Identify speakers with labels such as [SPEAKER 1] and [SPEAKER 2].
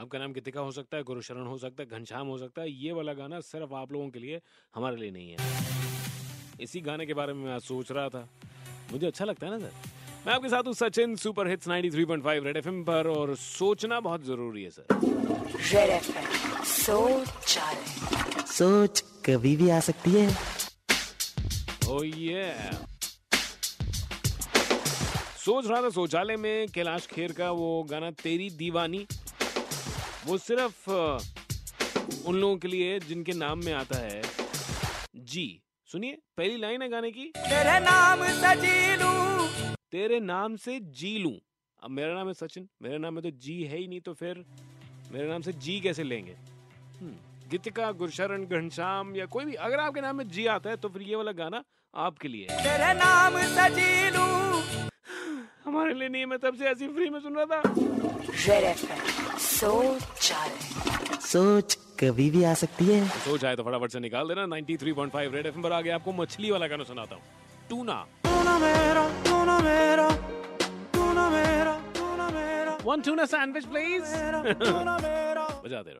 [SPEAKER 1] आपका नाम कृतिका हो सकता है, गुरुशरण हो सकता है, घनश्याम हो सकता है, ये वाला गाना सिर्फ़ आप लोगों के लिए, हमारे लिए नहीं है। इसी गाने के बारे में मैं आज सोच रहा था। मुझे अच्छा लगता है ना सर? मैं आपके साथ हूँ Sachin super hits 93.5 red FM पर और सोचना बहुत ज़रूरी है सर।
[SPEAKER 2] रेड एफएम सोच चाले
[SPEAKER 3] सोच कभी भी आ सकती है
[SPEAKER 1] ओ ये सोच रहा था शौचालय में कैलाश खेर का वो गाना तेरी दीवानी वो सिर्फ अ, उन लोगों के लिए जिनके नाम में आता है जी सुनिए पहली लाइन है गाने की
[SPEAKER 4] तेरे नाम से जी लूं
[SPEAKER 1] तेरे नाम से जी लूं अब मेरा नाम है सचिन मेरे नाम में तो जी है ही नहीं तो फिर मेरे नाम से जी कैसे लेंगे हम्म, गीतिका गुरशरण घनश्याम या कोई भी अगर आपके नाम में जी आता है तो फिर ये वाला गाना आपके लिए है।
[SPEAKER 4] तेरे नाम से जी लूं
[SPEAKER 1] हमारे लिए नहीं है, मैं तब से ऐसी फ्री में सुन रहा था
[SPEAKER 2] रेड एफएम सोच चाले
[SPEAKER 3] सोच कभी भी आ सकती है
[SPEAKER 1] सोच आए तो फटाफट से निकाल देना 93.5 रेड एफएम पर आगे आपको मछली वाला गाना सुनाता हूँ टूना
[SPEAKER 4] तू ना मेरा तू ना मेरा तू ना मेरा तू ना मेरा
[SPEAKER 1] one tuna sandwich please
[SPEAKER 4] tuna मेरा
[SPEAKER 1] बजा दे रहा